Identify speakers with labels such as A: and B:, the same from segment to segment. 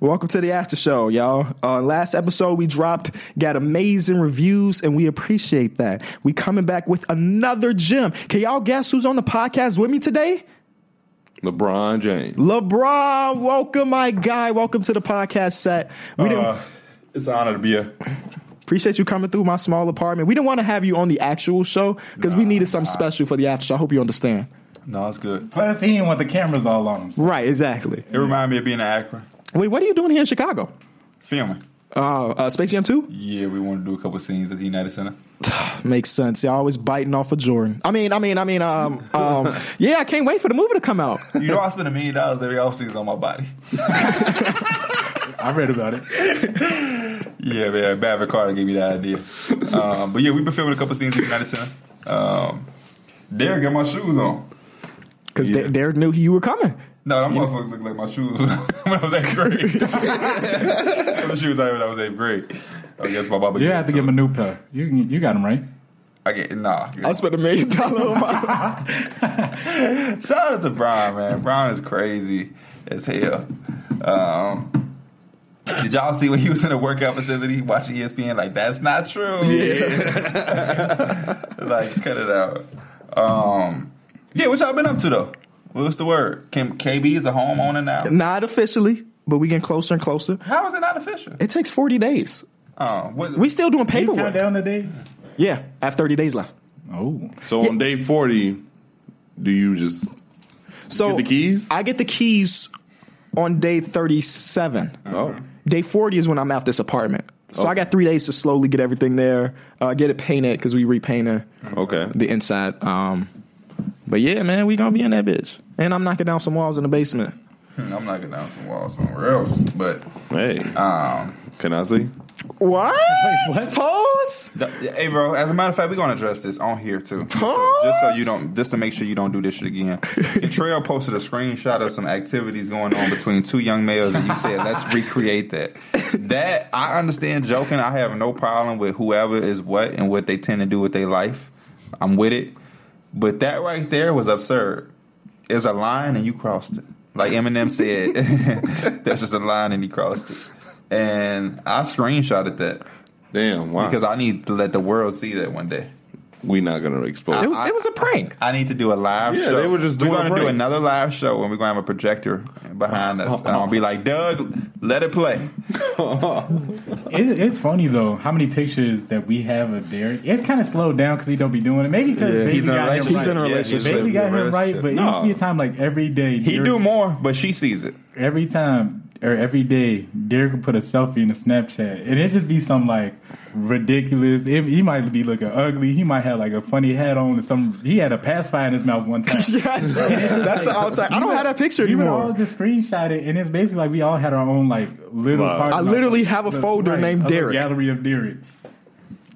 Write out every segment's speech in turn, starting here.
A: Welcome to the after show, y'all. Uh, last episode we dropped got amazing reviews, and we appreciate that. We coming back with another gem. Can y'all guess who's on the podcast with me today?
B: LeBron James.
A: LeBron, welcome, my guy. Welcome to the podcast set. We
B: Uh,
A: didn't
B: it's an honor to be here.
A: appreciate you coming through my small apartment. We didn't want to have you on the actual show because we needed something special for the after show. I hope you understand.
B: No, it's good.
C: Plus, he didn't want the cameras all on him. So.
A: Right, exactly.
B: It reminded me of being in Akron.
A: Wait, what are you doing here in Chicago?
B: Filming.
A: Uh, uh, Space Jam 2?
B: Yeah, we want to do a couple scenes at the United Center.
A: Makes sense. Y'all always biting off of Jordan. I mean, I mean, I mean, um, um, yeah, I can't wait for the movie to come out.
B: You know, I spend a million dollars every offseason on my body.
C: I read about it.
B: Yeah, man. Maverick Carter gave me the idea. Um, but yeah, we've been filming a couple scenes at the United Center. Um, Derek got my shoes on.
A: Because
B: Yeah.
A: Derek knew you were coming.
B: No, that motherfucker looked like my shoes when I was- when I was eighth grade. the shoes I had when I was eighth grade. I guess my baba.
C: You
B: gave
C: have to
B: it
C: give him a
B: me.
C: new pair. You you got him right.
B: I get nah.
A: I spent a million dollars on my.
B: Shout out to Brian, man. Brian is crazy as hell. Um, did y'all see when he was in a workout facility watching E ESPN? Like, that's not true. like, cut it out. Um, yeah, what y'all been up to though? What's the word? Kim KB is a homeowner now.
A: Not officially, but we getting closer and closer.
B: How is it not official?
A: It takes 40 days.
B: Uh, what,
A: We still doing
C: You count
A: paperwork.
C: down the days.
A: Yeah, I have 30 days left.
C: Oh,
D: So on day forty, do you just
A: So
D: get the keys?
A: I get the keys on day 37.
D: oh,
A: Day 40 is when I'm out this apartment. So I got three days to slowly get everything there, uh, get it painted because we repainted
D: okay.
A: the inside. Um, but yeah, man, we gonna be in that bitch, and I'm knocking down some walls in the basement.
B: Hmm, I'm not gonna down some walls somewhere else, but
D: Hey,
A: Um,
D: can I see?
A: What?
C: what?
A: Pause.
B: Th- Hey, bro. As a matter of fact, we're gonna address this on here too, just so,
A: Pause.
B: just so you don't, just to make sure you don't do this shit again. And Trail posted a screenshot of some activities going on between two young males, and you said, "Let's recreate that." That I understand joking. I have no problem with whoever is what and what they tend to do with their life. I'm with it, but that right there was absurd. There's a line, and you crossed it. Like Eminem said, "There's just a line, and he crossed it." And I screenshotted that
D: Damn, wow.
B: because I need to let the world see that one day.
D: we not gonna expose.
A: It was, it was a prank.
B: I need to do a live
D: Yeah,
B: show.
D: they were just
B: We're
D: doing a
B: gonna do
D: prank.
B: another live show and we're gonna have a projector behind us. And I'll be like, Doug, let it play.
C: it, it's funny though. How many pictures that we have of Derek? It's kind of slowed down because he don't be doing it. Maybe because
A: Yeah.
C: Bailey
B: He's in a
C: got him right.
B: relationship.
A: He's in a
B: Yeah,
A: relationship.
C: Bailey got
B: in a
C: him right, but
B: relationship.
C: it used to be a time like every day.
B: he
C: Derek-
B: do more, but she sees it.
C: every time or every day. Derek would put a selfie in a Snapchat, and it just be some like ridiculous. It, he might be looking ugly. He might have like a funny hat on. Or some he had a pacifier in his mouth one time.
A: Yes, that's the all time. I don't have that picture
C: We would all
A: anymore.
C: just screenshot it, and it's basically like we all had our own like little.
D: Wow.
C: Part
A: I literally have a folder named
C: a little
A: Derek.
C: Gallery of Derek.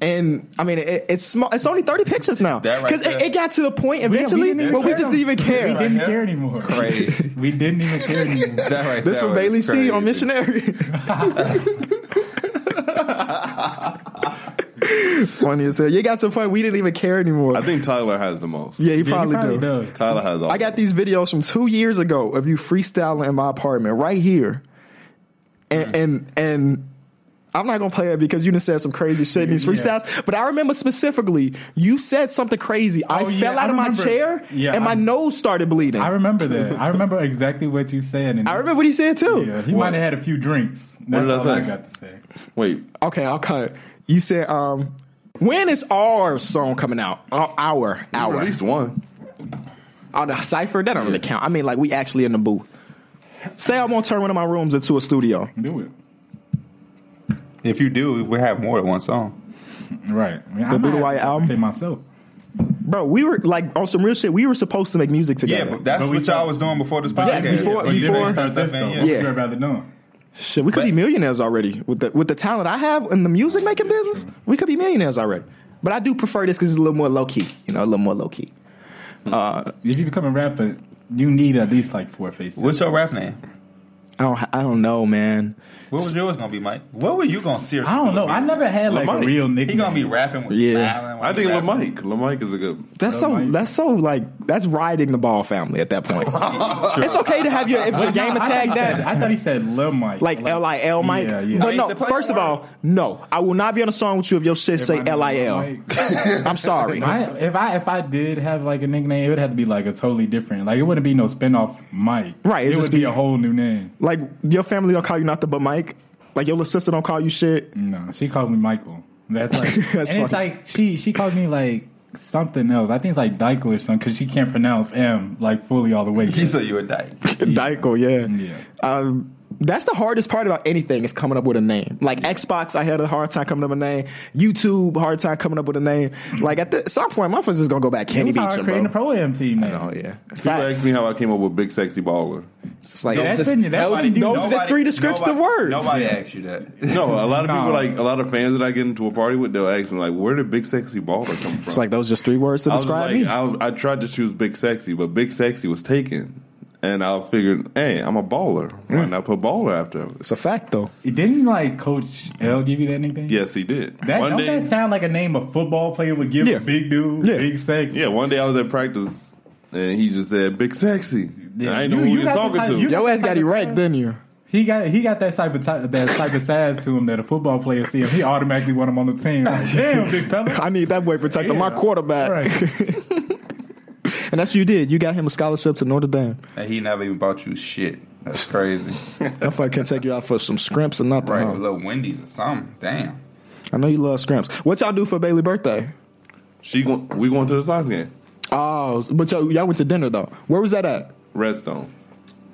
A: And I mean, it, it's small. It's only thirty pictures now
B: That right
A: because it,
B: there.
A: it got to the point eventually
C: didn't
A: where we just didn't even
C: We
A: care.
C: didn't
B: Right.
C: care anymore.
B: Crazy.
C: we didn't even care anymore.
B: That right
A: This
B: there
A: from
B: was
A: Bailey C on
B: crazy.
A: Missionary. Funny as hell. You got so funny. We didn't even care anymore.
D: I think Tyler has the most.
A: yeah, you
C: Yeah,
A: probably,
C: he probably
A: do.
C: does.
D: Tyler has all.
A: I got these videos from two years ago of you freestyling in my apartment right here,
C: Hmm.
A: and and and. I'm not gonna play it because you done said some crazy shit in these
C: Yeah.
A: freestyles. But I remember specifically, you said something crazy. I
C: Oh, yeah,
A: fell out
C: I
A: of my
C: remember.
A: chair
C: Yeah,
A: and my
C: I-
A: nose started bleeding.
C: I
A: I,
C: remember that. I remember exactly what you said. And
A: remember what he said too.
C: Yeah, he might have had a few drinks. That's
D: did I
C: all I
D: say?
C: got to say.
D: Wait,
A: Okay, I'll cut. You said, um, when is our song coming out? Our our,
D: or
A: our.
D: at least one.
A: on the cipher. That don't really count. I mean, like we actually in the booth. Say I won't turn one of my rooms into a studio.
C: Do it.
B: If you do, we have more than one song.
C: Right. I mean,
A: The
C: I might
A: Blue White
C: have to
A: album?
C: say myself.
A: Bro, we were like on some real shit. We were supposed to make music
B: Yeah,
A: together.
B: but that's
C: But we
B: what y'all
C: talk-
B: was doing before this podcast.
A: Yes, before-
C: But you
A: before-
C: didn't start this, though.
B: yeah.
C: What
A: Yeah.
C: you were about to do.
A: shit, we could be
B: but-
A: millionaires already with the with the talent I have in the music making business. We could be millionaires already. But I do prefer this because it's a little more low key. You know, a little more low key.
C: If you become a rapper, you need at least like four faces.
B: What's your rap name?
A: I don't. I don't know, man.
B: What was yours gonna be, Mike? What were you gonna seriously?
C: I don't know. I never had like
D: Lamar.
C: a real
B: He
C: nickname.
B: gonna be rapping with
A: Yeah.
B: smiling.
D: I think LaMike. LaMike is a good.
A: That's so.
C: Mike.
A: That's so like. That's riding the ball, family. At that point, it's okay to have your, if your game
C: I thought he
A: attack
C: said-
A: that.
C: I thought he said Lil Mike.
A: Like L I L Mike,
C: Yeah, yeah. I
A: but
B: mean,
A: no.
B: it's a play
A: First of
B: on
A: all,
B: words.
A: no. I will not be on a song with you if your shit say
C: If I knew
A: L I L.
C: Mike-
A: I'm sorry.
C: I, if I if I did have like a nickname, it would have to be like a totally different. Like it wouldn't be no spinoff Mike.
A: Right, it'd
C: It
A: just
C: would be
A: be-
C: a whole new name.
A: Like your family don't call you nothing but Mike. Like your little sister don't call you shit.
C: No, she calls me Michael. That's like,
A: That's
C: and
A: funny.
C: it's like she she calls me like something else. I think it's like Dykel or something because she can't pronounce M like fully all the way.
B: He said you a dyke.
A: Dykel, yeah.
C: Yeah.
A: Um, that's the hardest part about anything is coming up with a name. Like Xbox, I had a hard time coming up with a name. YouTube, hard time coming up with a name. Like at the, some point, my friends is gonna go back
C: It
A: Kenny
C: was hard
A: Beach,
C: creating
A: bro.
C: a pro am team name.
A: oh yeah,
D: People ask
A: Facts.
D: me how I came up with Big Sexy Baller.
A: It's just like
C: Yeah,
A: it's
C: that's
A: just-
C: been- that's
A: those-
C: why they do
A: those
C: nobody-
A: is just three descriptive
B: nobody,
A: words.
B: Nobody asked you that.
D: No, a lot of
C: No.
D: people like a lot of fans that I get into a party with. They'll ask me like, "Where did Big Sexy Baller come from?"
A: It's like those just three words to
D: I was
A: describe
D: like,
A: me.
D: I, was- I tried to choose Big Sexy, but Big Sexy was taken, and I figured, hey, I'm a baller. Why not put baller after him?
A: it's a fact though.
C: It Didn't like Coach L give you that nickname?
D: Yes, he did.
C: That,
D: one
C: don't
D: day,
C: that sound like a name a football player would give
A: Yeah.
C: a big dude,
A: Yeah.
C: big sex?
D: yeah, one day I was at practice, and he just said Big Sexy. And I didn't
C: You-
D: know who
C: you
D: he was
C: got the
D: talking
C: type-
D: to.
C: you
A: Your ass got erect, didn't you?
C: He got he got that type of ti- that type of size to him that a football player see him. He automatically want him on the team. Like, Damn, big fella.
A: I need that boy protecting my
C: Yeah.
A: quarterback.
C: Right.
A: And that's what you did. You got him a scholarship to Notre Dame.
B: and he never even bought you shit. That's crazy.
A: That fuck can take you out for some scrimps or nothing.
B: right,
A: huh?
B: a little Wendy's or something. Damn.
A: I know you love scrimps. What y'all do for Bailey birthday?
D: She go- we going to the Sox game,
A: Oh, but y'all, y'all went to dinner though. Where was that at?
D: Redstone.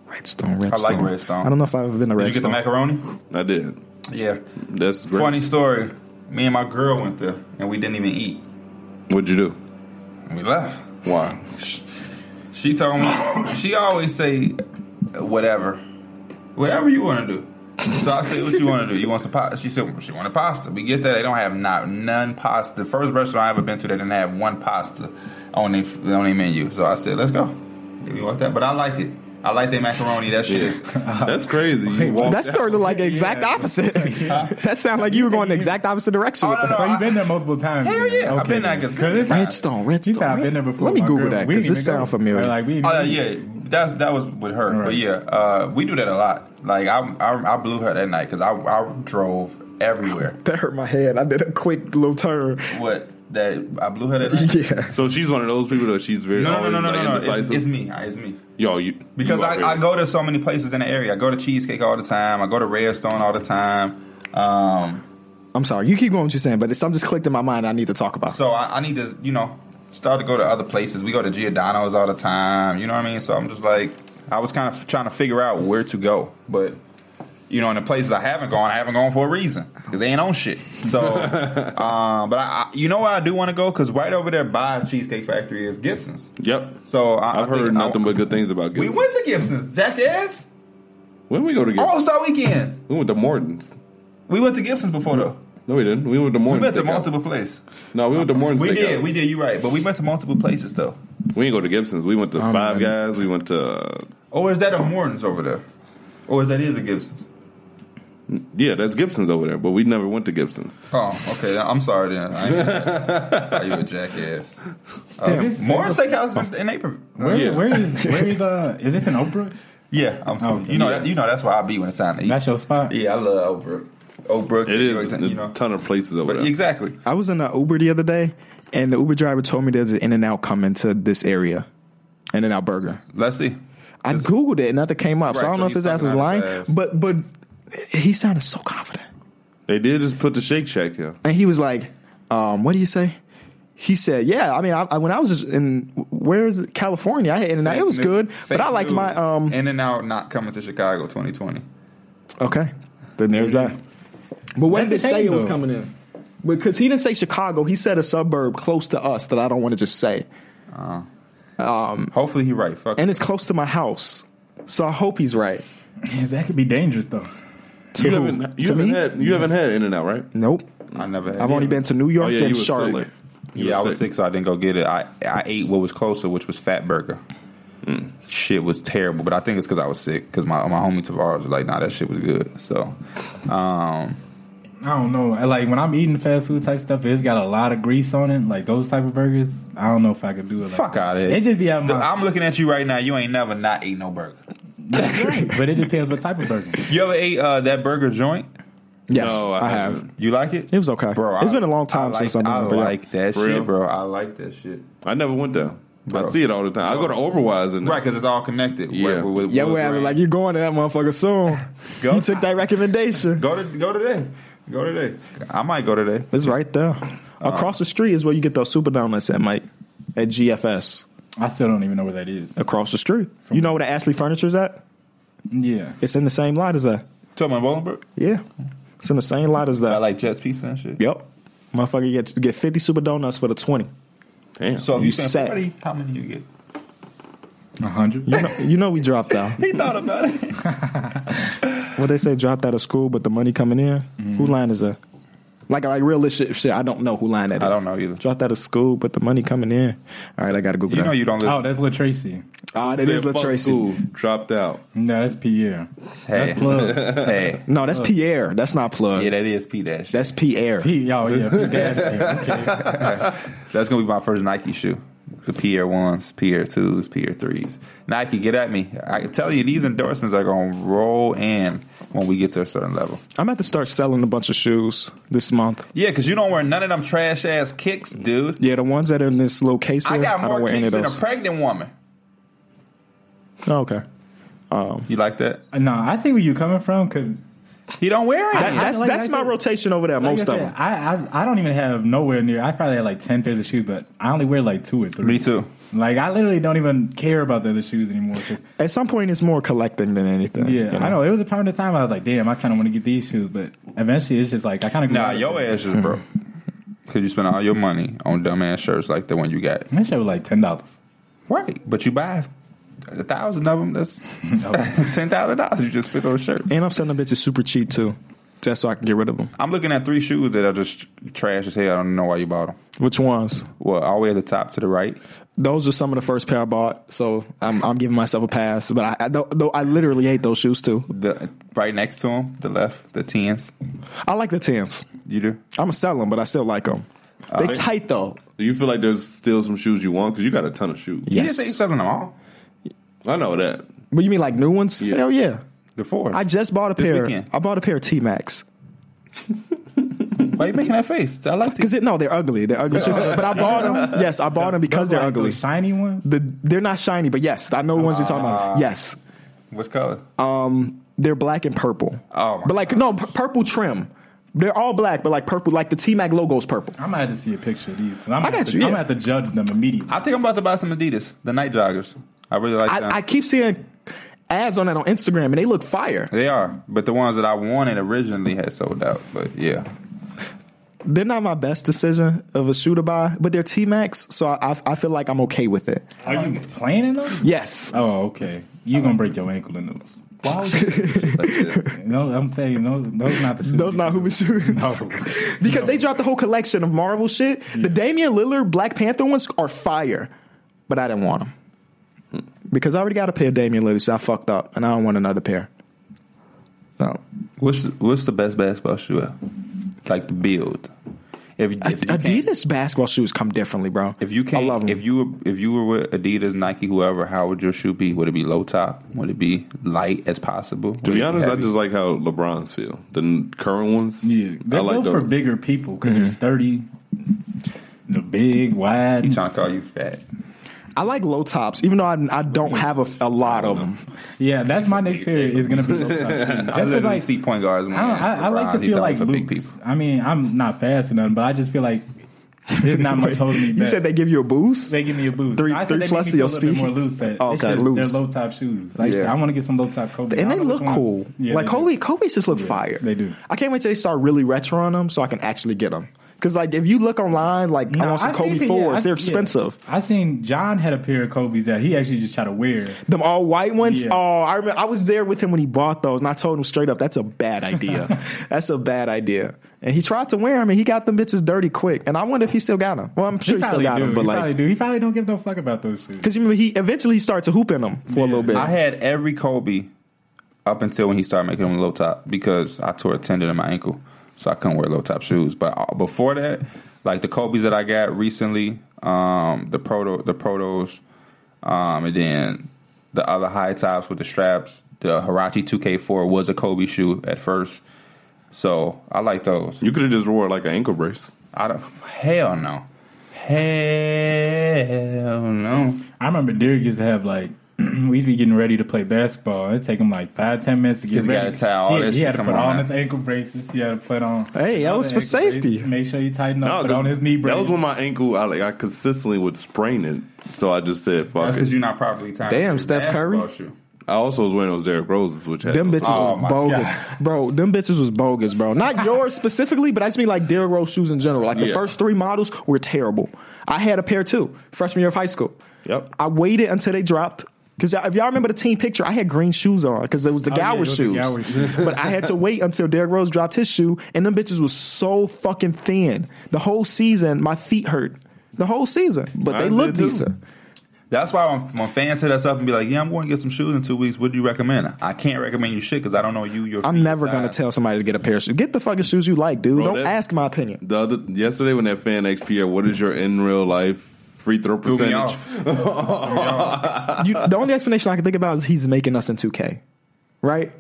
A: Redstone, Redstone.
B: Redstone.
A: I don't know if I've ever been to
B: Did you get the
A: Redstone.
B: macaroni?
D: I did.
B: Yeah.
D: That's great.
B: Funny story. Me and my girl went there and we didn't even eat.
D: What'd you do?
B: And we left.
D: Why?
B: She told me she always say whatever, whatever you want to do. So I said, "What you want to do? You want some pasta?" She said, "She wanted pasta." We get that they don't have not none pasta. The first restaurant I ever been to, they didn't have one pasta on their on their menu. So I said, "Let's go." If you want that, but I like it. I like their macaroni. That shit is
D: That's crazy. You walked
A: That
D: out.
A: started like the exact opposite. that sounds like you were going the exact opposite direction.
B: Oh,
A: with
B: no,
A: that.
B: no,
C: Bro,
B: I-
C: you been there multiple times.
B: Hell
C: then.
B: yeah, I've been there, 'cause-
C: it's-
A: Redstone,
C: You
A: Redstone.
C: thought I've been there before.
A: Let me
C: My
A: Google
C: girl.
A: that
C: We
A: because
C: didn't
A: this
C: even go.
A: sound familiar.
C: Like, we
B: Oh yeah, yeah. That's that was with her. But
C: Right.
B: yeah, uh, we do that a lot. Like I, I, I blew her that night because I, I drove everywhere.
A: That hurt my head. I did a quick little turn.
B: What that I blew her that night.
A: Yeah.
D: So she's one of those people that she's very
B: No, no,
D: always,
B: no, no, no,
D: like,
B: no. It's,
D: indecisive.
B: it's me. Ah, It's me.
D: Yo, you
B: Because
D: you are
B: I, I
D: very-
B: go to so many places in the area. I go to Cheesecake all the time. I go to Redstone all the time. Um,
A: I'm sorry. You keep going with what you're saying, but it's, I'm just clicked in my mind. I need to talk about.
B: so I, I need to, you know, start to go to other places. We go to Giordano's all the time. You know what I mean? So I'm just like, I was kind of trying to figure out where to go, but. You know, in the places I haven't gone, I haven't gone for a reason because they ain't on shit. So, um, but I, I, you know where I do want to go because right over there by Cheesecake Factory is Gibson's.
D: Yep.
B: So I,
D: I've heard nothing
B: but.
D: but good things about
B: We
D: Gibson.
B: went to Gibson's, jackass.
D: when we go to Gibson,
B: All Star Weekend.
D: we went to Morton's.
B: We went to Gibson's before though.
D: No, we didn't. We went to
B: We
D: Morton's.
B: went to
D: Steakhouse.
B: multiple places.
D: No, we went to Morton's.
B: We
D: Steakhouse.
B: did, we did. You right, but we went to multiple places though.
D: We didn't go to Gibson's. We
A: Oh,
D: went to
C: don't
D: Five
C: know.
D: Guys. We went to uh,
B: Or is that a Morton's over there? Or is that is a Gibson's?
D: yeah, that's Gibson's over there. But we never went to Gibson's.
B: Oh, okay. I'm sorry then. I ain't- Are you a jackass?
C: Damn, this-
B: Morton's Steakhouse is in, in Naperville.
C: Where,
D: Yeah.
C: where is where is uh is this in Oprah?
B: Yeah, I'm. from-
C: Okay.
B: You know, that, you know that's why I be when it's time to eat.
C: That's your spot.
B: yeah, I love Oak Brook. Oak Brook.
D: It is
B: You know.
D: a ton of places over
B: But
D: there.
B: exactly.
A: I was in an Uber the other day, and the Uber driver told me there's an In and Out coming to this area, In and Out Burger.
B: Let's see.
A: I googled it and nothing came up, so I
B: Right,
A: don't
B: so
A: know if
B: he's
A: his ass was
B: talking out
A: lying,
B: his ass.
A: but but he sounded so confident,
D: They did just put the Shake Shack here.
A: and he was like, um, "What do you say?" He said, "Yeah, I mean, I, I, when I was just in where is it? California, I had In and Out. It was good, but I like my um.
B: In and out not coming to Chicago 2020.
A: Okay, then there's that. But what
C: That's
A: did it
C: a
A: say
C: shame,
A: it was
C: though.
A: coming in? Because he didn't say Chicago. He said a suburb close to us that I don't want to just say,
B: Hopefully he right. Fuck.
A: and it's close to my house. So I hope he's right.
C: Yes, that could be dangerous though.
A: To
D: You
A: who?
D: haven't, you
A: To
D: haven't
A: me?
D: had you haven't had In and Out, right? Oh,
A: Nope.
B: I never. Had
A: I've
B: it.
A: only been to New York
D: you
A: and
D: was sick.
A: Charlotte.
D: You
B: yeah, I
D: were
B: was sick, so I didn't go get it. I I ate what was closer, which was Fat Burger.
D: Mm.
B: shit was terrible, but I think it's because I was sick. Because my my homie Tavares was like, "Nah, that shit was good." So, um,
C: I don't know. I- Like when I'm eating fast food type stuff, it's got a lot of grease on it. Like those type of burgers, I don't know if I could do it. Like
B: fuck out of
C: that. It
B: here.
C: just be out of
B: The-
C: my.
B: I'm looking at you right now. You ain't never not ate no burger.
C: right, but it depends what type of burger.
B: You ever ate uh, that burger joint?
A: Yes,
D: No, I
A: I, have.
D: haven't.
B: You like it?
A: It was okay.
B: bro.
A: it's
B: I-
A: been a long time
B: I
A: since
B: like,
A: I've
B: I
A: been. there.
B: like that
D: For real?
B: shit, bro. I like that shit.
D: I never went there.
B: Bro.
D: I see it all the time. I go to Overwise and
B: Right, because it's all connected.
D: Yeah.
B: With- with-
A: Yeah,
B: with
A: well,
B: grain.
A: like you're going to that motherfucker soon.
B: Go.
A: You took that recommendation.
B: go to go today. Go today. I might go today.
A: It's right there.
D: Uh,
A: Across the street is where you get those super donuts at, Mike. At GFS.
C: I still don't even know where that is.
A: Across the street. You know where the Ashley Furniture's at?
C: Yeah,
A: It's in the same lot as that.
B: Tell my Bolingbrook.
A: Yeah. It's in the same lot as
B: I
A: that.
B: like Jets pizza and shit.
A: Yep. Motherfucker gets get 50 super donuts for the 20.
D: damn.
B: So if you,
A: You
B: send
A: set.
B: somebody, how many you get?
C: a hundred.
A: You know, you know we dropped out.
B: He thought about it.
A: What they say dropped out of school, but the money coming in.
B: Mm-hmm.
A: Who line is that? Like like realistic shit. I don't know who line that is.
B: I don't know either.
A: Dropped out of school, but the money coming in. All right, I gotta Google
B: You know
A: that.
B: you don't
C: Oh,
B: listen.
C: that's La Tracy.
A: Ah, that
D: Said,
A: is
D: "Fuck
A: Latracy.
D: school, dropped out.
C: No, that's Pierre.
A: Oh,
B: hey,
C: That's plug.
B: hey,
A: No, that's Pierre. That's not plug.
B: yeah, that is P dash.
A: That's Pierre.
C: P. Oh yeah, P. Dash. Okay.
B: That's gonna be my first Nike shoe. The Pierre ones, Pierre twos, Pierre threes. Nike, get at me. I can tell you, these endorsements are gonna roll in when we get to a certain level.
A: I'm about to start selling a bunch of shoes this month.
B: Yeah, because you don't wear none of them trash ass kicks, dude.
A: Yeah, the ones that are in this little case
B: I
A: here,
B: got
A: I don't
B: more
A: wear any
B: kicks
A: of
B: than a
A: those.
B: pregnant woman.
A: Oh, okay.
B: You like that?
C: no, I see where you coming from because
B: He don't wear
A: That-
B: it.
A: that's
C: like
A: that's
C: I
A: my
C: said-
A: rotation over there, most
C: I,
A: of them.
C: I I don't even have nowhere near. I probably had like ten pairs of shoes, but I only wear like two or three.
B: Me too.
C: Like I literally don't even care about the other shoes anymore. 'cause-
A: At some point, it's more collecting than anything.
C: yeah,
A: you
C: I know. It was a part of the time I was like, damn, I kind of want to get these shoes, but eventually it's just like I kind of
B: Nah, your ass is broke. Cause you spend all your money on dumb ass shirts like the one you got.
C: That shit was like ten dollars.
B: Right. But you buy a thousand of them, that's ten thousand dollars you just spent on shirts.
A: And I'm selling bitches super cheap too, just so I can get rid of them.
B: I'm looking at three shoes that are just trash as hell. I don't know why you bought them.
A: Which ones?
B: Well, all the way at the top to the right.
A: Those are some of the first pair I bought, so I'm, I'm giving myself a pass. But I, I though, though I literally hate those shoes too.
B: The right next to them, the left, the tens.
A: I like the Tims.
B: You do?
A: I'm gonna sell them, but I still like them. They tight though.
D: Do you feel like there's still some shoes you want? Because you got a ton of shoes.
B: You didn't say you selling them all.
D: I know that.
A: But you mean like new ones?
D: Yeah.
A: Hell yeah!
B: The four.
A: I just bought a
B: This
A: pair.
B: weekend.
A: I bought a pair of T Max.
B: why you making that face? I like these.
A: Because no, they're ugly. They're ugly shoes. But I bought them. Yes, I bought them because
C: Those,
A: they're
C: like,
A: ugly.
C: those shiny ones.
A: The, they're not shiny, but yes, I know the ones you're talking
B: Uh.
A: about. Yes,
B: What's color?
A: they're black and purple.
B: Oh, my
A: but like no pu- purple trim. They're all black, but like purple. Like the T Mac logo's purple.
C: I'm gonna have to see a picture of these. 'cause I'm
A: I
C: gonna
A: got
C: have to-
A: you,
C: I'm
A: yeah.
C: gonna have to judge them immediately.
B: I think I'm about to buy some Adidas, the night joggers. I really like them.
A: I, I keep seeing ads on that on Instagram, and they look fire.
B: They are, but the ones that I wanted originally had sold out. But yeah,
A: They're not my best decision of a shoe to buy, but they're T Max, so I, I I feel like I'm okay with it.
C: Are you playing in them?
A: Yes,
C: Oh, okay. You gonna break your ankle in those?
B: why would you?
C: No, I'm telling you, no, those not the shoes.
A: those not Hoover shoes.
C: No.
A: because they dropped the whole collection of Marvel shit. The Damian Lillard Black Panther ones are fire, but I didn't want them because I already got a pair of Damian Lillard, so I fucked up, and I don't want another pair. No,
B: what's what's the best basketball shoe? out? Like the build. If, if you can't-
A: Adidas basketball shoes come differently, bro.
B: If you can't,
A: I love them.
B: if you were, if you were with Adidas, Nike, whoever, how would your shoe be? Would it be low top? Would it be light as possible?
D: To be honest, I just like how LeBron's feel. The n- current ones,
C: Yeah,
D: I
C: they're
D: like
C: built
D: those.
C: for bigger people because they're sturdy, they're big, wide.
B: trying to call you fat.
A: I like low tops, even though I, I don't have a, a lot of them.
C: Yeah, that's my next pair is gonna be. Low top. Just 'cause,
B: I literally
C: like,
B: see point guards.
C: I, don't, I, I like to feel like
B: for big people.
C: loops. I mean, I'm not fast or nothing, but I just feel like there's not much holding me back.
A: You said they give you a boost.
C: They give me a boost.
A: Three-
C: I said
A: three
C: they
A: plus
C: make
A: to
C: me
A: your
C: feel a little bit
A: speed?
C: more loose. That
A: Oh,
C: it's
A: okay,
C: just-
A: loose.
C: They're low top shoes. Like,
A: Yeah.
C: I want to get some low top Kobe.
A: and they look cool. like Kobe, Kobe's just look fire.
C: They do.
A: I can't wait till they start really retro on them, so I can actually get them. Because like if you look online, like I
C: No,
A: want some
C: I seen
A: Kobe
C: pe- yeah,
A: fours.
C: I-
A: They're
C: yeah.
A: expensive.
C: I seen John had a pair of Kobe's that he actually just tried to wear.
A: Them all white ones.
C: Yeah.
A: Oh, I remember. I was there with him when he bought those, and I told him straight up, "That's a bad idea. that's a bad idea." And he tried to wear them, and he got them bitches dirty quick. And I wonder if he still got them. Well, I'm sure he, still
C: probably
A: got
C: do.
A: them, but
C: he
A: like,
C: probably do. He probably don't give no fuck about those shoes.
A: because you remember, he eventually he started to hoop in them for a
C: Yeah.
A: little bit.
B: I had every Kobe up until when he started making them low top because I tore a tendon in my ankle, so I couldn't wear low top shoes. But uh, before that, like the Kobe's that I got recently, um, the proto the protos, um, and then the other high tops with the straps. The Hirachi 2K4 was a Kobe shoe at first, so I like those.
D: You could have just wore like an ankle brace.
B: I don't. Hell no. Hell no.
C: I remember Derek used to have like we'd be getting ready to play basketball. It'd take him like five, ten minutes to get
B: He's
C: ready.
B: got a towel,
C: He,
B: this
C: he had to
B: shit,
C: put
B: come on
C: on
B: now.
C: his ankle braces. He had to put on.
A: Hey, that was
C: other
A: for
C: ankle
A: safety.
C: braces. Make sure you tighten up. put
D: the-
C: on his knee
D: That
C: brace.
D: was when my ankle, I like, I consistently would sprain it. So I just said, fuck
B: That's because
D: it.
B: you're not properly timed.
A: Damn,
B: Your
A: Steph Curry?
B: basketball shoe.
D: I also was wearing those Derrick Roses, which had
A: Them
D: those
A: bitches
B: Oh
A: was
B: my
A: bogus, bro. Them bitches was bogus, bro. Not yours specifically, but I just mean like Derrick Rose shoes in general. Like the
D: Yeah.
A: first three models were terrible. I had a pair too, freshman year of high school.
D: Yep.
A: I waited until they dropped. Because if y'all remember the team picture, I had green shoes on because it was the
C: Oh, yeah,
A: Gower
C: it was the
A: shoes.
C: Gower shoes.
A: but I had to wait until Derrick Rose dropped his shoe, and them bitches was so fucking thin. The whole season, my feet hurt. The whole season, but
D: Mine
A: they
D: did
A: look
D: too.
A: decent.
B: That's why when, when fans hit us up and be like, "Yeah, I'm going to get some shoes in two weeks. What do you recommend?" I can't recommend you shit because I don't know you. Your
A: I'm
B: feet,
A: never
B: your
A: gonna
B: size.
A: tell somebody to get a pair of shoes. Get the fucking shoes you like, dude.
D: Bro,
A: Don't
D: that-
A: ask my opinion.
D: The other yesterday when that fan asked Pierre, "What is your in real life free throw
B: Threw me
D: percentage?"
B: off.
A: you, the only explanation I can think about is he's making us in 2K, right?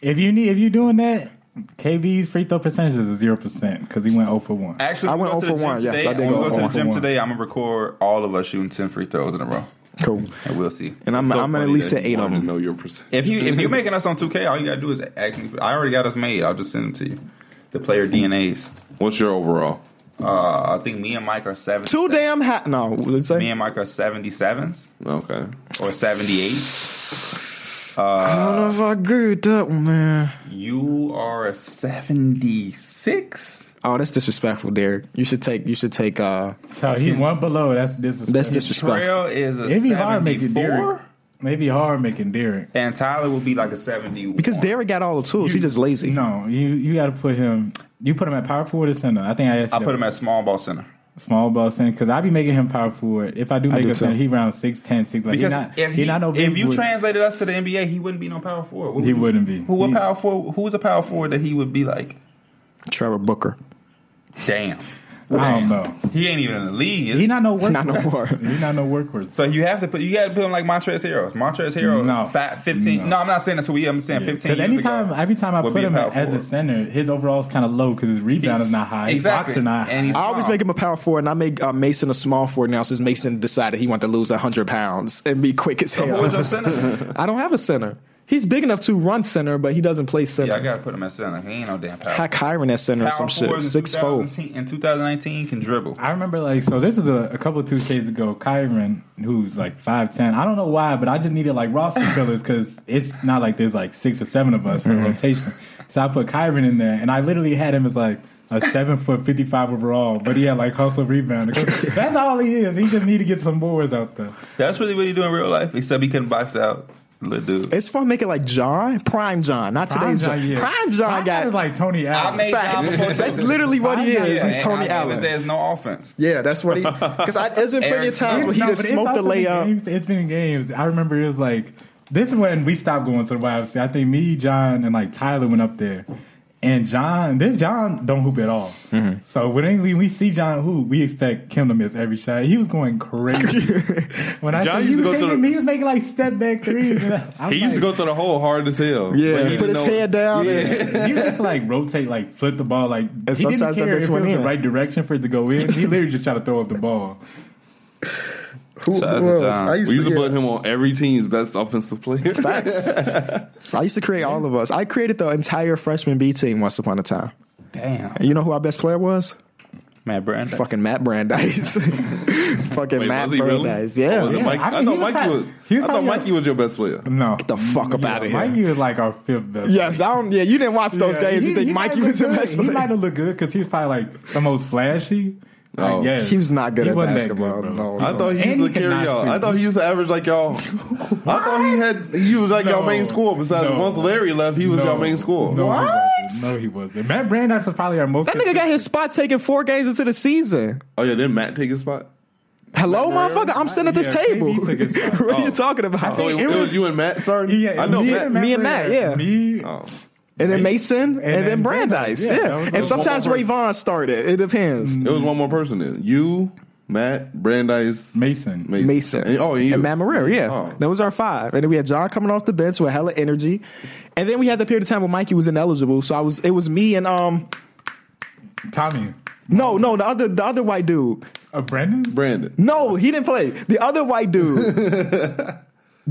C: if you need, if you doing that, KB's free throw percentage is zero percent because he went zero for one.
B: Actually,
A: I
B: if we
A: went
B: go to
A: 0
B: the
A: for
B: gym
A: 1. Yes,
B: today-
A: I did
B: When
A: go
B: we go
A: 0
B: to
A: for
B: the gym
C: 1.
B: today, I'm gonna record all of us shooting ten free throws in a row,
A: Cool.
B: and we'll see.
A: And I'm,
D: So
A: I'm gonna at
D: funny
A: least say
D: that you
A: eight of
D: wanted to
A: them.
D: Know your percentage.
B: If you if you're making us on 2K, all you gotta do is ask me. I already got us made. I'll just send them to you. The player DNAs.
D: What's your overall?
B: Uh, I think me and Mike are seven.
A: Too damn hot. No, what did it
B: Me
A: say?
B: and Mike are seventy sevens
D: Okay,
B: or seventy eights.
A: I don't know if I agree with that one, man.
B: You are a seventy six.
A: Oh, that's disrespectful, Derek. You should take. You should take. uh
C: So he one below. That's disrespectful.
A: That's disrespectful.
B: Trail is a
C: It'd be hard making Derek.
B: 74,
C: It'd be hard making Derek.
B: and Tyler will be like a 71.
A: Because Derek got all the tools.
C: You-
A: he's just lazy.
C: No, you you got to put him. You put him at power forward or center. I think I asked.
B: I
C: You
B: put him at small ball center.
C: small ball center because I be making him power forward. If I do make
A: do
C: him center,
A: too.
C: he round six ten six. Like he
B: Because
C: not,
B: if,
C: he,
B: he-
C: not no big
B: if you
C: boy.
B: translated us to the NBA, he wouldn't be no power forward. What
C: He
B: would
C: wouldn't be.
B: Who a
C: He-
B: power forward? Who was a power forward that he would be like?
A: Trevor Booker.
B: Damn,
C: I don't
B: Damn.
C: know.
B: he ain't even in the league. is
C: He
B: he?
C: not no workhorse.
A: Not no more.
C: he not no workhorse.
B: so you have to put you got to put him like Montrezl Heroes. Montrez Hero,
C: No.
B: fat fifteen. No.
C: No.
B: I'm not saying that's who he. is. I'm saying fifteen.
C: Because
B: years
C: anytime,
B: ago
C: every time I
B: would
C: put
B: be a
C: him
B: power
C: as a
B: forward.
C: center, his overall is kind of low because his rebound is not high.
B: exactly,
C: His blocks are not.
B: and he's
A: I always
B: small.
A: make him a power forward, and I make uh, Mason a small forward now since Mason decided he wanted to lose hundred pounds and be quick as
B: Who was your
A: hell.
B: center?
A: I don't have a center. He's big enough to run center, but he doesn't play
B: yeah, I
A: center.
B: gotta put him at center. He ain't no damn power.
A: Hack Hiron at center or some
B: power forward
A: shit.
B: in
A: Six fold.
B: 2019 in 2019 can dribble.
C: I remember like so. This is a, a couple of Tuesdays ago. Kyron, who's like five ten. I don't know why, but I just needed like roster fillers because it's not like there's like six or seven of us for rotation. So I put Kyron in there, and I literally had him as like a seven foot fifty five overall, but he had like hustle rebound. That's all he is. He just need to get some boards out there.
B: That's really what he do in real life, except he couldn't box out. Little dude.
A: It's fun making like John, Prime John, not
C: Prime
A: today's John.
C: John, yeah.
A: Prime John got
C: is like Tony Allen.
B: made-
A: facts. That's literally what he
C: Prime John,
A: is.
C: yeah.
A: He's Tony
B: and I mean,
A: Allen.
B: There's no offense.
A: Yeah, that's what he. Because there's been plenty of
B: Aaron
A: times
B: Smith.
A: where he
C: No,
A: just
C: but it's
A: smoked the
C: also been
A: layup.
C: games- it's been in games. I remember it was like this is when we stopped going to the YFC. I think me, John, and like Tyler went up there. And John, this John don't hoop at all.
D: Mm-hmm.
C: So when we, we see John hoop, we expect him to miss every shot. He was going crazy. when I
D: John
C: think he
D: used to
C: was
D: go to
C: taking,
D: the-
C: he was making like step back threes. And I was
D: he used to
C: like-
D: go to the hole hard as hell. But
A: Yeah,
D: he
A: put his
D: didn't know-
A: head down. and-
C: He would just like rotate, like flip the ball, like he didn't
A: sometimes that
C: care
A: bitch
C: if it
A: went
C: was the
A: in.
C: right direction for it to go in. He literally just tried to throw up the ball.
A: Who,
B: Shout out to John.
D: We used to put him on every team's best offensive player.
A: Facts. I used to create all of us. I created the entire freshman B team once upon a time.
B: Damn.
A: And you know who our best player was?
B: Matt Brandon.
A: Fucking Matt Brandeis. fucking
D: Wait,
A: Matt
D: was he really?
A: Brandeis.
D: Or
A: Yeah.
D: was it
C: Yeah,
D: Mike?
C: I
D: I,
C: mean, he
D: thought
C: was
D: Mikey
C: probably-
D: was.
C: he was
D: I thought
C: probably-
D: Mikey was your best player.
C: No.
A: Get the fuck up
C: Yeah,
A: out of here.
C: Mikey was like our fifth best.
A: Yes, I don't. Yeah, you didn't watch those
C: Yeah,
A: games.
C: he-
A: You think
C: he might
A: Mikey
C: look
A: was the
C: good.
A: best
C: He might
A: player?
C: have looked good because he was probably like the most flashy.
D: Oh.
C: Like, yeah,
A: He was not good
C: He
A: at
C: wasn't that
A: basketball,
C: good,
A: no.
C: bro.
D: I thought he
C: And
D: used to
C: could
D: carry
C: not
D: y'all. I
C: shoot.
D: thought he used to average like y'all. I thought he had he was like y'all
C: No.
D: main score. Besides
C: No.
D: once Larry left, he was
C: No.
D: y'all main score.
C: No,
A: What?
C: He wasn't. no, he wasn't. Matt Brandeis is probably our most.
A: That nigga got his spot taken four games into the season.
D: Oh yeah, didn't Matt take his spot?
A: Hello, motherfucker. I'm sitting at this
C: Yeah,
A: table.
C: KB took his spot.
A: what are you
D: Oh.
A: talking about?
D: So it, it was you and Matt. Sorry,
C: Yeah,
D: I know
C: me,
D: Matt.
A: me and Matt,
C: Brandeis.
A: yeah.
C: Me,
D: Oh.
A: and then Mason, and,
C: then
A: then Brandeis.
C: Brandeis. Yeah, that
A: Yeah,
C: was
A: and
C: those
A: sometimes
C: four
A: Ray Vaughn started. It depends.
D: It was one more person then. You, Matt, Brandeis,
C: Mason.
D: Mason.
A: Mason.
D: And, oh, and you.
A: Matt Marrero, yeah.
D: Oh.
A: That was our five. And then we had John coming off the bench with hella energy. And then we had the period of time when Mikey was ineligible. So I was it was me and um
C: Tommy,
A: no, no, the other the other white dude.
C: uh, Brandon.
D: Brandon.
A: No, he didn't play. The other white dude.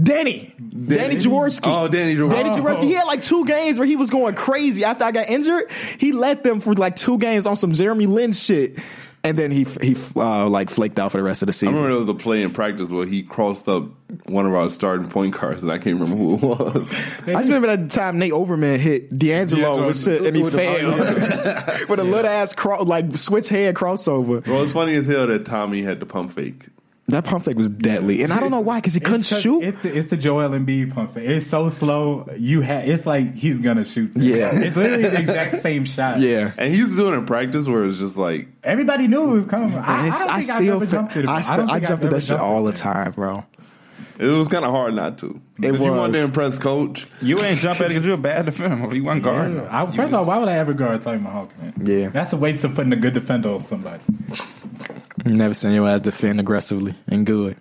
A: Danny. Danny Jaworski.
D: Oh, Danny Jaworski.
A: Danny
D: Oh.
A: Jaworski, he had like two games where he was going crazy. After I got injured, he led them for like two games on some Jeremy Lin shit, and then he he uh, like flaked out for the rest of the
D: I
A: season.
D: remember there was a play in practice where he crossed up one of our starting point guards, and I can't remember who it was.
A: I just remember that time Nate Overman hit D'Angelo
C: D'Angelo
A: with shit and he
C: with the-
A: failed with a little ass cro- like switch head crossover.
D: Well, it's funny as hell that Tommy had the pump fake.
A: That pump fake was deadly, and I don't know why because he couldn't
C: It's 'cause
A: shoot.
C: It's the, it's the Joel Embiid pump. fake. It's so slow. You ha- It's like he's gonna shoot. that.
A: Yeah.
C: it's literally the exact same shot.
A: Yeah,
D: And he used to do it in practice where it's just like,
C: everybody knew it was coming. I, I
A: And
C: don't
A: it's-
C: think
A: I,
C: I
A: still
C: have ever
A: fa-
C: jumped it.
A: I,
C: I don't
A: I
C: think I've
A: jumped at
C: ever
A: that shit
C: jumped
A: all
C: it.
A: the time, bro.
D: it was kind of hard not to.
A: It
D: If you wanted to
A: was.
D: impress coach,
B: You ain't jump at it because you're a bad defender. You one guard.
C: Yeah. I, first of all, why would I ever guard Tony Hawk? Man?
A: Yeah.
C: that's a waste of putting a good defender on somebody.
A: Never seen your ass defend aggressively and good.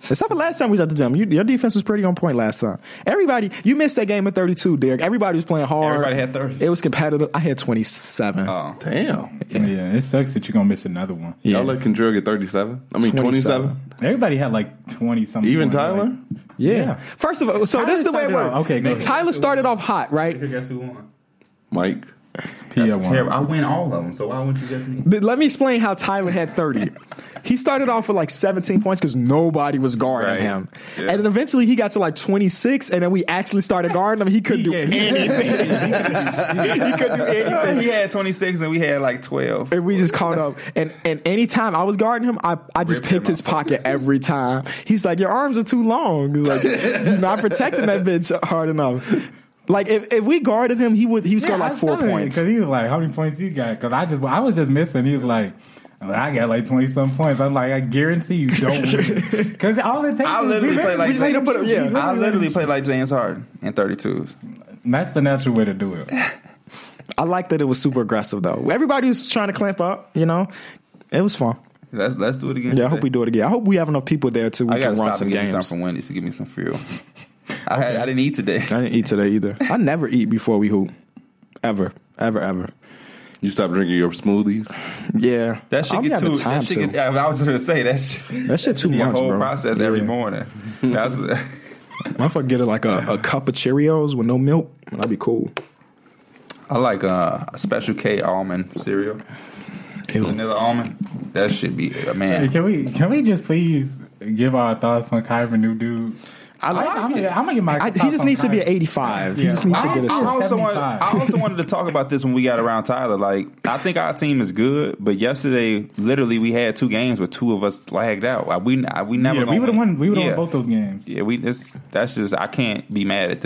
A: Except for last time we was at the gym, you, your defense was pretty on point last time. Everybody, you missed that game in thirty two, Derek. Everybody was playing hard.
B: Everybody had 30.
A: It was competitive. I had twenty seven.
B: Oh.
D: damn.
C: Yeah. it sucks that you're gonna miss another one.
A: yeah,
D: Y'all let Contreras get 37? I mean, 27?
A: 27.
C: Everybody had like twenty something.
D: Even
C: going,
D: Tyler?
C: like-
A: yeah.
C: Yeah.
A: First of all, so
C: Tyler
A: this is the way it
C: started
A: worked.
C: off- okay, go ahead.
A: Tyler started off hot, right?
B: Guess who won?
D: Mike.
C: Pia won.
B: Terrible. I win all of them, so why wouldn't you guess me?
A: Th- Let me explain how Tyler had 30. he started off with like 17 points because nobody was guarding
B: Right.
A: him.
B: Yeah.
A: And then eventually he got to like 26, and then we actually started guarding him. He couldn't do
C: Yeah, he-
A: anything. he couldn't do anything.
B: He had 26 and we had like 12.
A: And we just caught up. And and anytime I was guarding him, I, I just
B: Ripped him
A: picked his pocket every time. He's like, Your arms are too long. He's like, You're not protecting that bitch hard enough. Like if, if we guarded him, he would he would score like four points.
C: because he was like, "How many points you got?" Because I just, I was just missing. He was like, "I got like twenty some points." I'm like, "I guarantee you don't win." Because all it takes,
B: I
C: is
B: literally
C: we
B: play like
A: We just need to put him- yeah.
C: we
B: I literally
C: let
B: play like James Harden in 32s.
C: him- That's the natural way to do it.
A: I like that it was super aggressive though. Everybody was trying to clamp up, you know. It was fun.
B: Let's let's do it again.
A: Yeah, I
B: today.
A: hope we do it again. I hope we have enough people there too. We
B: I
A: can
B: gotta
A: run
B: stop
A: some
B: and get me
A: games.
B: something from Wendy's to give me some fuel. I had I didn't eat today.
A: I didn't eat today either. I never eat before we hoop, ever, ever, ever.
D: You stopped drinking your smoothies?
A: Yeah,
B: That shit
A: I'm
B: get
A: having
B: too.
A: time
B: That shit
A: to.
B: get, I was gonna say that shit.
A: that shit too
B: Your
A: much,
B: whole
A: bro.
B: process every
A: Yeah.
B: morning. That's what,
A: Motherfucker, get it like a, a cup of Cheerios with no milk, and I'd be cool.
B: I like uh, a Special K almond cereal, vanilla almond. That should be uh,
C: Hey,
B: man.
C: Can we, can we just please give our thoughts on Kyrie new dude? I
A: like
C: am gonna, I'm gonna get my.
A: I, he
C: thoughts
A: just
C: on
A: needs to be
C: Kyrie.
A: an 85. He
C: Yeah.
A: just needs to
C: I-
A: get a
C: I-
A: shit.
B: I also,
C: 75.
B: wanted, I also wanted to talk about this when we got around Tyler. Like, I think our team is good, but yesterday, literally, we had two games where two of us lagged out. Like, we I- we never
C: Yeah, we
B: gonna
C: would have won. We would have
B: yeah.
C: won both those games.
B: Yeah, we this that's just I can't be mad at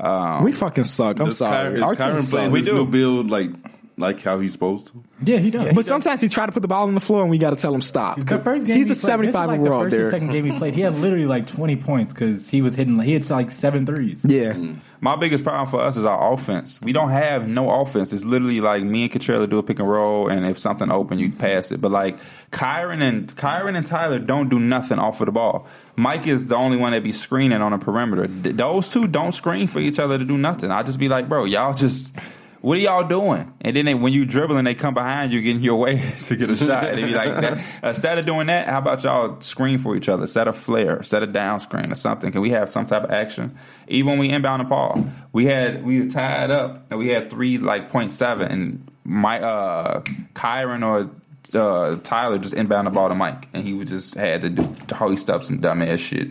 B: that.
A: we fucking suck. I'm
D: Does
A: sorry.
D: Kyron- is
A: Our team
D: Kyron
A: sucks.
D: playing
B: We
D: this
B: do.
D: new build like, like how he's supposed to?
C: Yeah, he does.
A: But sometimes he tried to put the ball on the floor, and we got to tell him stop.
C: The first game
A: he's
C: he
A: a
C: played-
A: 75
C: this is like
A: overall.
C: The first and
A: Derek.
C: second game he played, he had literally like twenty points because he was hitting. He had like seven threes.
A: Yeah.
B: My biggest problem for us is our offense. We don't have no offense. It's literally like me and Catrella do a pick and roll, and if something open, you pass it. But like Kyron and Kyron and Tyler don't do nothing off of the ball. Mike is the only one that be screening on the perimeter. Th- those two don't screen for each other to do nothing. I just be like, bro, y'all just. What are y'all doing? And then they, when you dribbling, they come behind you, getting your way to get a shot. And they be like, that, instead of doing that, how about y'all screen for each other? Set a flare, set a down screen or something. Can we have some type of action? Even when we inbound the ball, we had we was tied up and we had three like point seven. And my uh Kyron or uh, Tyler just inbound the ball to Mike, and he was just had to do hoist up some dumb ass shit.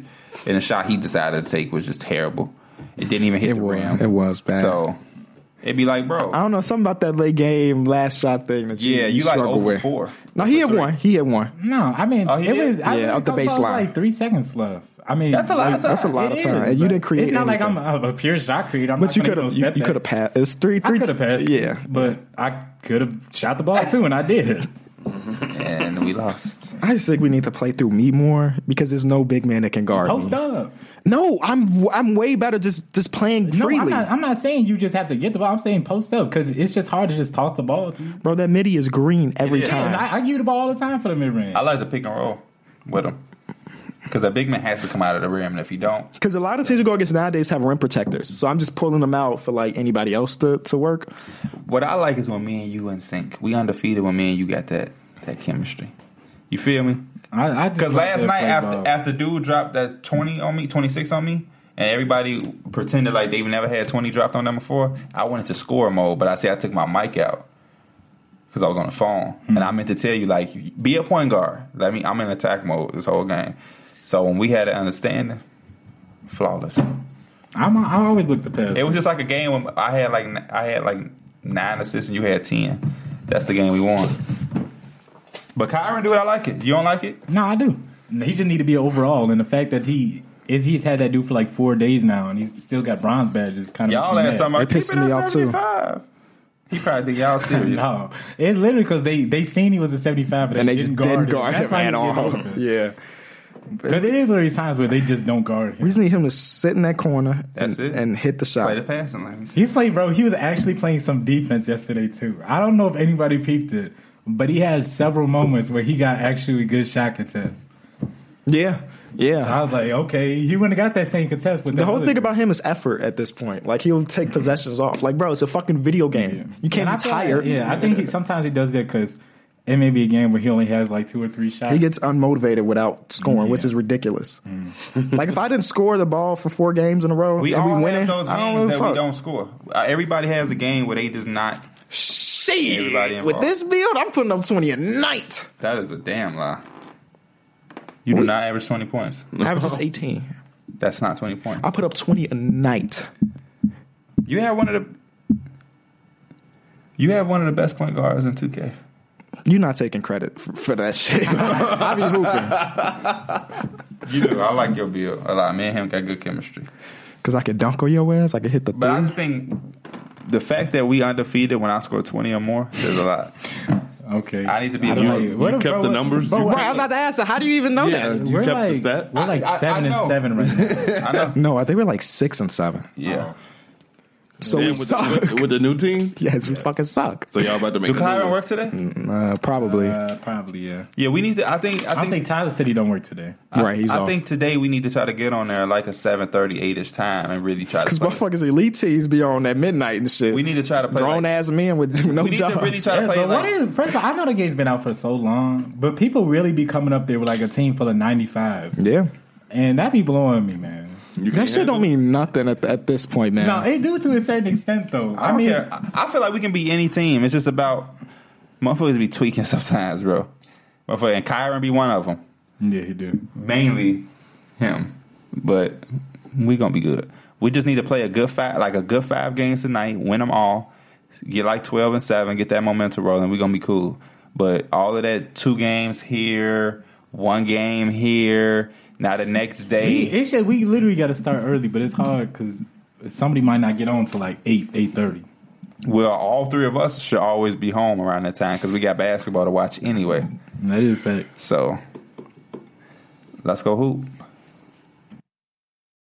B: And the shot he decided to take was just terrible. It didn't even hit
A: It
B: the
A: was-
B: rim.
A: it was bad.
B: So it'd be like, bro,
A: I don't know something about that late game last shot thing that you,
B: yeah, you, like
A: struggle
B: over
A: with.
B: four.
A: No, he
B: Over
A: had
B: three.
A: one. He had one.
C: No, I mean
B: Oh, he
C: it
B: did?
C: was. I
A: Yeah,
C: really
A: up the
C: thought it
A: baseline.
C: was Like three seconds left. I mean,
B: That's a lot of
C: like,
B: time.
A: That's a lot
C: it
A: of time.
C: is,
A: and you
C: but
A: didn't create.
C: It's not like I'm
A: anything.
C: a, a pure shot creator. I'm
A: But you
C: not
A: could
C: gonna
A: have.
C: even step
A: You
C: back.
A: could have passed. It's three.
C: I
A: Three.
C: could have passed.
A: Yeah.
C: but I could have shot the ball too, and I did.
B: and we lost.
A: I just think we need to play through me more because there's no big man that can guard
C: Post
A: me.
C: up.
A: No, I'm I'm way better just just playing
C: No,
A: freely,
C: I'm not, I'm not saying you just have to get the ball. I'm saying post up because it's just hard to just toss the ball to you.
A: bro. That midi is green every
B: is.
C: Yeah,
A: time.
C: and I, I give you the ball all the time for the mid
A: Uh,
C: range.
B: I like the pick and roll with him because a big man has to come out of the rim, and if you don't,
A: Because a lot of teams we go against nowadays have rim protectors, so I'm just pulling them out for like anybody else to, to work.
B: What I like is when me and you in sync. We undefeated when me and you got that that chemistry. You feel me?
C: I, I
B: Because last night after
C: after.
B: after dude dropped that twenty on me, twenty six on me, and everybody pretended like they've never had twenty dropped on them before. I went into score mode, but I say I took my mic out because I was on the phone, and I meant to tell you like be a point guard. Let me. I'm in attack mode this whole game. So when we had an understanding, flawless.
C: I'm, I always look the pass.
B: It was just like a game when I had like n- I had like nine assists and you had ten. That's the game we won. But Kyron, dude, I like it. You don't like it?
C: no, I do. He just need to be overall, and the fact that he is he's had that dude for like four days now, and he's still got bronze badges. Kind of
B: Y'all
C: makes me
B: asked
C: mad.
B: somebody.
A: It pisses me off, too.
B: He probably think y'all serious.
C: No, it's literally because they they seen he was a seventy five, but
A: And they just didn't guard
C: That's
A: him
C: why
A: at
C: he was
A: all.
C: getting open.
A: Yeah,
C: Because it is literally times where they just don't guard
A: we
C: him.
A: just need him to sit in that corner
B: That's
A: and,
B: it.
A: and hit the
B: Play the
A: shot.
B: passing lanes.
C: He's playing, bro. He was actually playing some defense yesterday too. I don't know if anybody peeped it, but he had several moments where he got actually good shot contest.
A: Yeah, yeah.
C: I was like, okay, he wouldn't have got that same contest. But
A: The whole thing about him is effort at this point. Like he'll take possessions off. Like bro, it's a fucking video game. You can't
C: And I
A: be
C: feel like-
A: tired.
C: yeah, I think he, sometimes he does that because it may be a game where he only has like two or three shots.
A: He gets unmotivated without scoring, which is ridiculous. like if I didn't score the ball for four games in a row
B: Mm. We
A: and
B: all
A: we
B: have
A: winning,
B: those
A: I don't
B: games
A: really
B: that we
A: fuck.
B: don't score. Uh, Everybody has a game where they just not. Everybody
A: Shit,
B: involved.
A: with this build, I'm putting up twenty a night.
B: That is a damn lie. You do not average twenty points.
A: Average is eighteen.
B: That's not twenty points.
A: I put up twenty a night.
B: You had one of the. You have one of the best point guards in two K.
A: You're not taking credit for, for that shit. I be hooping
B: You do. I like your build a lot. Me and him got good chemistry.
A: because I could dunk on your ass. I could hit the
B: But I
A: three.
B: just think the fact that we undefeated when I score twenty or more says a lot.
C: okay.
B: I need to be
C: I don't
B: you-
C: like it. What
D: you
C: if-
D: kept
C: bro,
D: the
C: what-
D: numbers?
C: bro,
D: You
C: what-
A: Right, I'm about to ask. So how do you even know
D: Yeah,
A: that?
D: you
C: we're
D: kept
C: like,
D: the set.
C: We're like
B: I- I- I
C: seven
B: know.
C: and seven right now.
B: I know.
A: No, I think we're like six and seven.
C: Oh.
B: Yeah.
A: So we
D: And with,
A: suck.
D: the, with, with the new team,
A: yes, we fucking suck.
D: so y'all about to make
B: Do
D: a new
B: Kyron
D: one.
B: work today?
C: Mm-hmm.
A: Uh, probably.
C: Uh, probably, yeah.
B: Yeah, we need to. I think. I
C: I
B: think.
C: think Tyler said he don't work today.
A: right, he's
B: I
A: off.
B: think today we need to try to get on there like a 7:30, 8ish time and really try to.
A: Because
B: play.
A: motherfuckers elite teams be on at midnight and shit.
B: We need to try to play.
A: grown
B: like-
A: ass men with no
B: we need
A: jobs.
B: to really try to
C: Yeah,
B: play.
C: but what
B: Like,
C: is, first of all, I know the game's been out for so long, but people really be coming up there with like a team full of 95s.
A: yeah,
C: And that be blowing me, man.
D: You can't
A: that shit
D: handle
A: don't mean nothing at, at this point, man.
C: No, it do to a certain extent, though.
B: I
C: I,
B: don't
C: mean,
B: care. I I feel like we can be any team. It's just about motherfuckers be tweaking sometimes, bro. Motherfucker, and Kyron be one of them.
C: yeah, he do.
B: mainly him. But we gonna be good. We just need to play a good five, like a good five games tonight. Win them all. Get like twelve and seven. Get that momentum rolling. We gonna be cool. But all of that, two games here, one game here. Now the next
C: We,
B: day,
C: it should, we literally got to start early, but it's hard because somebody might not get on till like eight, eight thirty.
B: well, all three of us should always be home around that time because we got basketball to watch anyway.
C: That is fact.
B: So let's go hoop.